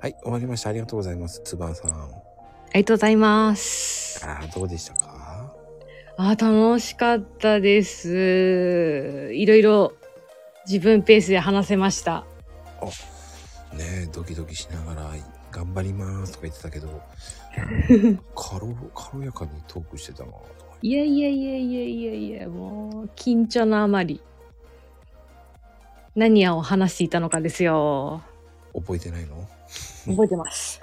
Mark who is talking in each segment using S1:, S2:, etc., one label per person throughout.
S1: はい、終わりました。ありがとうございます。つばさん。
S2: りがとうございます。
S1: ああ、どうでしたか
S2: あー、楽しかったです。いろいろ自分ペースで話せました。
S1: ねえ、ドキドキしながら、頑張りますとか言ってたけど、軽軽やかにトークしてたなとか。
S2: いやいやいやいやいやいや、もう緊張のあまり。何を話していたのかですよ。
S1: 覚えてないの
S2: 覚えてます。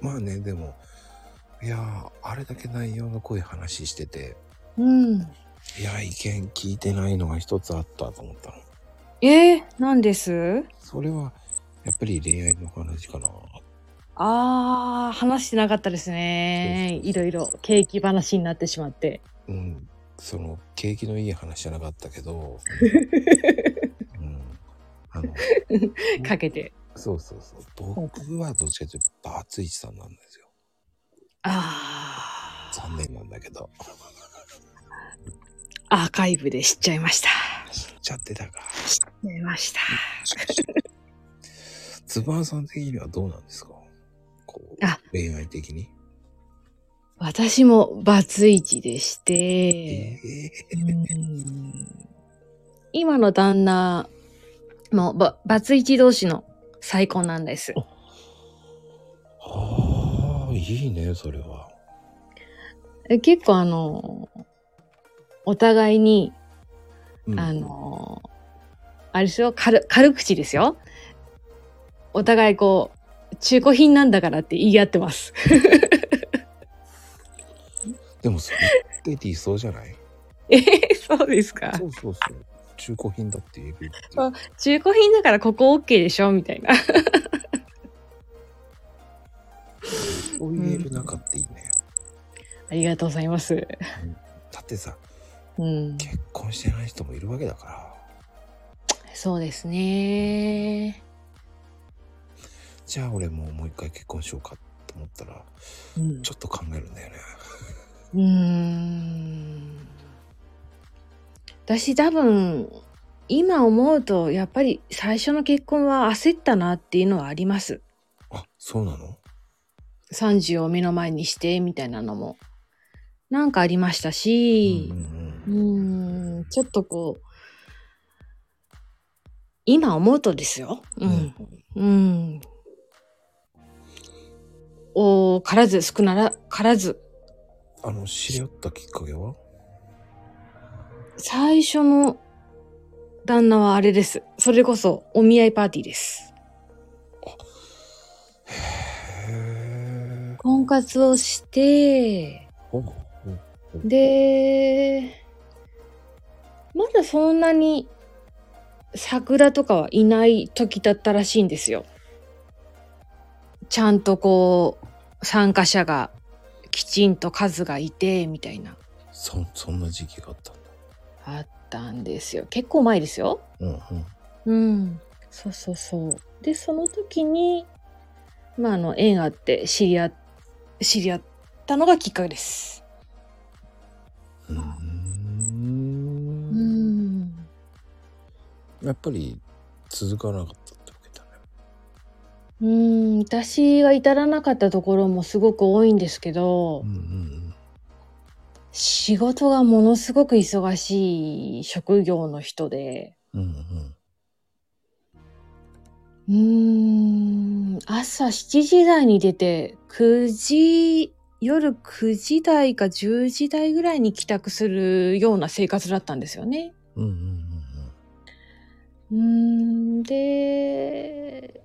S1: まあね、でも、いやー、あれだけ内容の濃い話してて、
S2: うん。
S1: いやー、意見聞いてないのが一つあったと思ったの。
S2: えー、何です
S1: それは、やっぱり恋愛の話かな。
S2: あー、話してなかったですね。いろいろ景気話になってしまって。
S1: うん、その、景気のいい話じゃなかったけど、うん、あの、
S2: かけて。
S1: そうそうそう。僕はどっちかというと、バツイチさんなんですよ。
S2: あ
S1: 残念なんだけど。
S2: ー、アーカイブで知っちゃいました。
S1: 知っちゃってたか。
S2: 出ました。
S1: つばさん的にはどうなんですかこう
S2: あ、
S1: 恋愛的に。
S2: 私もバツイチでし
S1: え
S2: て、
S1: え
S2: うん今の旦那もババツイチ同士の再婚なんです。
S1: はあ、いいね、それは。
S2: え結構あの、お互いに、
S1: うん
S2: あ、の、あれですよ、軽軽口ですよ。お互いこう、中古品なんだからって言い合ってます。
S1: でもそれって理想じゃない
S2: えーそうですか。
S1: そうそうそう。中古品だって言えるって
S2: あ中古品だからここ OK でしょみたいな。
S1: そう言える仲っていいね。
S2: ありがとうございます。
S1: だってさ、
S2: うん。
S1: 結婚してない人もいるわけだから。
S2: そうですね。
S1: じゃあ俺ももう一回結婚しようかと思ったら、
S2: うん
S1: ちょっと考えるんだよね。
S2: うーん。私多分、今思うと、やっぱり最初の結婚は焦ったなっていうのはあります。
S1: あ、そうなの
S2: 30を目の前にして、みたいなのも。なんかありました
S1: う
S2: し、
S1: んう
S2: う
S1: んうん
S2: ーんちょっとこう、今思うとですよ。うん。うん。おー、からず、少なら、からず。
S1: あの、知り合ったきっかけは
S2: 最初の旦那はあれです。それこそ、お見合いパーティーです。
S1: へえ。
S2: 婚活をして、
S1: ほうほう
S2: で、まだそんなに桜とかはいない時だったらしいんですよ。ちゃんとこう、参加者がきちんと数がいて、みたいな。
S1: そ、そんな時期があったんだ。
S2: あったんですよ。結構前ですよ。
S1: うんうん。
S2: うん、そうそうそう。で、その時に、まあ、あの、縁あって知り合っ、知り合ったのがきっかけです。
S1: うー
S2: うんん。
S1: やっぱり続かなかったってわけだね。
S2: うん、私が至らなかったところもすごく多いんですけど
S1: う、んうん
S2: 仕事がものすごく忙しい職業の人で、
S1: うん。うんうん。
S2: うーん、朝7時台に出て、9時、夜9時台か10時台ぐらいに帰宅するような生活だったんですよね。
S1: うんうんうん
S2: うーん、で、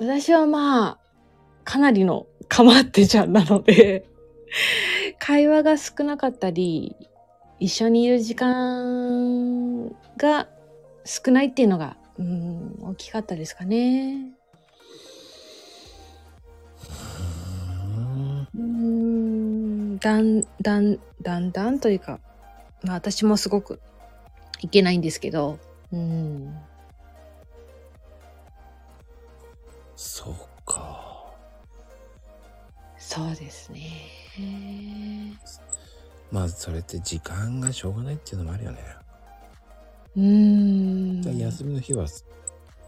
S2: 私はまあ、かなりの構ってちゃんなので、 会話が少なかったり、一緒にいる時間が少ないっていうのが、うん、大きかったですかね。
S1: うん。うーん
S2: うーんだんだんだんだんというか、まあ、私もすごくいけないんですけど、うん、
S1: そうか。
S2: そうですね。
S1: まあそれって時間がしょうがないっていうのもあるよね。
S2: うーん
S1: じゃあ休みの日は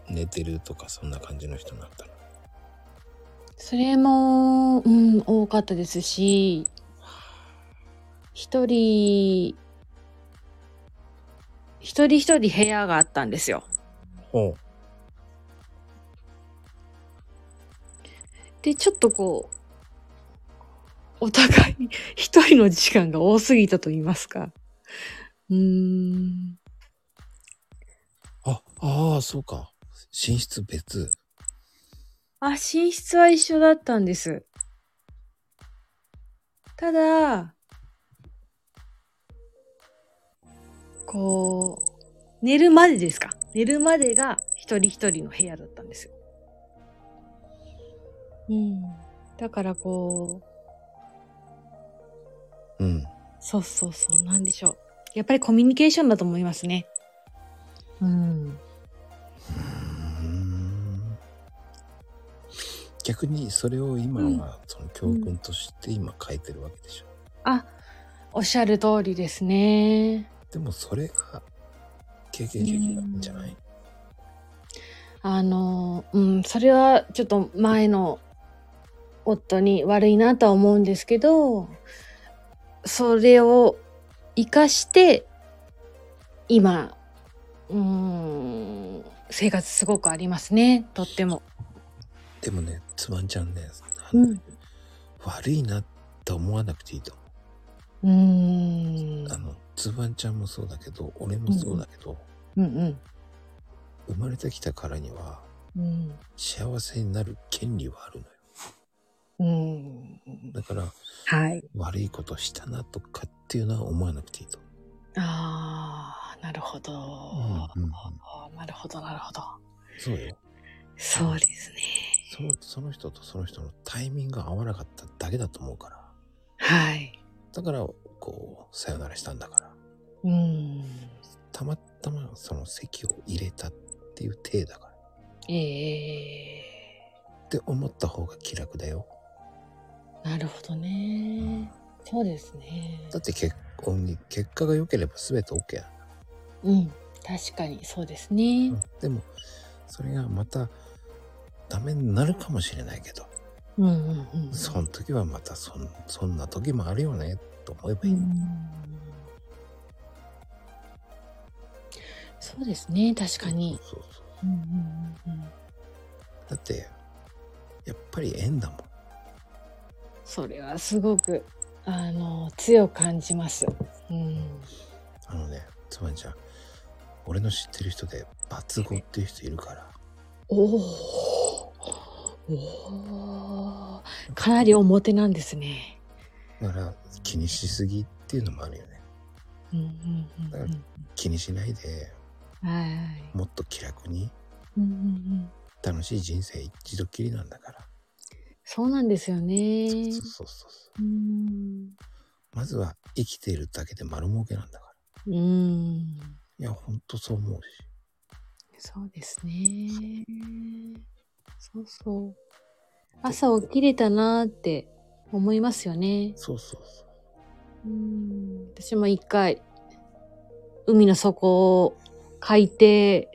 S1: 寝てるとかそんな感じの人なんだろ
S2: それも、うん、多かったですし、一人、一人一人部屋があったんですよ。
S1: う。ほ
S2: で、ちょっとこう、お互い一人の時間が多すぎたと言いますか。うーん、
S1: う。あ、ああ、そうか。寝室別。
S2: あ、寝室は一緒だったんです。ただ、こう、寝るまでですか。寝るまでが一人一人の部屋だったんですよ。うん。だからこう、
S1: うん。
S2: そうそうそう、なんでしょう。やっぱりコミュニケーションだと思いますね。うん。
S1: 逆にそれを今
S2: うん
S1: はその教訓として今変えてるわけでしょ。
S2: あ、おっしゃる通りですね。
S1: でもそれが経験経験なんじゃない、
S2: あの、うん、それはちょっと前の夫に悪いなとは思うんですけど、それを生かして、今、うん、生活すごくありますね、とっても。
S1: でもね、つばんちゃんね、
S2: うん
S1: 悪いなって思わなくていいと思
S2: うーん。
S1: う。あの、つばんちゃんもそうだけど、俺もそうだけど、
S2: うんうん。
S1: 生まれてきたからには
S2: うん。
S1: 幸せになる権利はあるのよ。
S2: うん。
S1: だから
S2: はい。
S1: 悪いことしたなとかっていうのは思わなくていいと思う。
S2: ああ、なるほど。
S1: うんうん
S2: あーなるほど、なるほど。
S1: そうよ。
S2: そうですね。
S1: そのその人とその人のタイミングが合わなかっただけだと思うから。
S2: はい。
S1: だから、こう、さよならしたんだから。
S2: うん。
S1: たまたまその席を入れたっていう体だから。
S2: ええ
S1: って思った方が気楽だよ。
S2: なるほどね。そうですね。
S1: だって結婚に結果が良ければ全て OK だ。
S2: うん。確かにそうですね。
S1: でも、それがまたダメになるかもしれないけど、
S2: うんうんうん。
S1: その時はまたそんそんな時もあるよね、と思えば
S2: う
S1: いい。
S2: ん。そうですね。確かに。
S1: そうそうそう
S2: うんうんうんうん。
S1: だって、やっぱり縁だもん。
S2: それはすごく、あの、強く感じます。うん。
S1: あのね、つまりじゃん、俺の知ってる人で、抜語っていう人いるから。
S2: おお。おーかなり表なんですね。
S1: だから気にしすぎっていうのもあるよね
S2: うんうんうんうん。
S1: 気にしないで
S2: はい。
S1: もっと気楽に
S2: うんうんうん。
S1: 楽しい人生一度きりなんだから、
S2: そうなんですよね。
S1: そうそうそうそう
S2: ーん。
S1: うまずは生きているだけで丸儲けなんだから
S2: うーん。
S1: いやほんとそう思うし
S2: そうですね。そうそう。朝起きれたなーって思いますよね。
S1: そうそうそう
S2: ーん。私も一回、海の底を海底、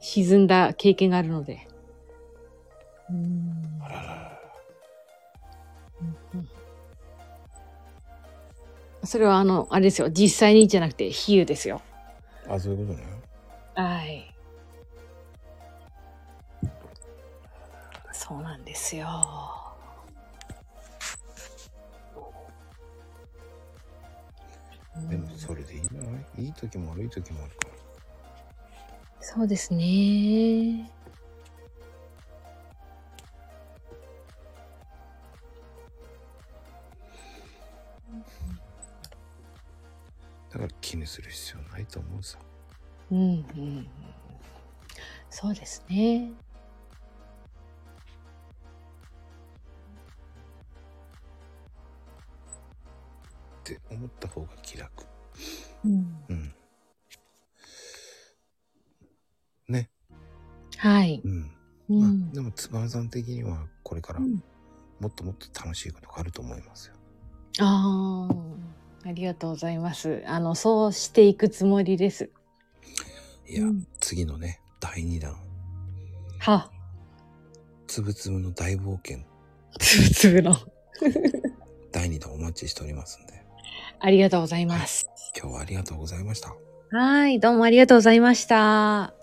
S2: 沈んだ経験があるので。うーん
S1: うあらら
S2: それはあの、あれですよ。実際にじゃなくて比喩ですよ。
S1: あそういうことね
S2: はい。そうなんですよ。うん
S1: でもそれでいいんじゃないいい時も悪い時もあるから
S2: そうですね。
S1: だから気にする必要ないと思うさ
S2: うんうん。そうですね。
S1: って思った方が気楽
S2: うん、
S1: うん
S2: はい。
S1: うん、
S2: う
S1: まあ
S2: ん
S1: でもつばんさん的にはこれから
S2: うん
S1: もっともっと楽しいことがあると思いますよ
S2: ああ、ありがとうございます。あの、そうしていくつもりです。
S1: いや、
S2: うん
S1: 次のね、第2弾、
S2: は、
S1: つぶつぶの大冒険、
S2: つぶつぶの。
S1: 第2弾お待ちしておりますんで、
S2: ありがとうございます。
S1: 今日はありがとうございました。
S2: はい、どうもありがとうございました。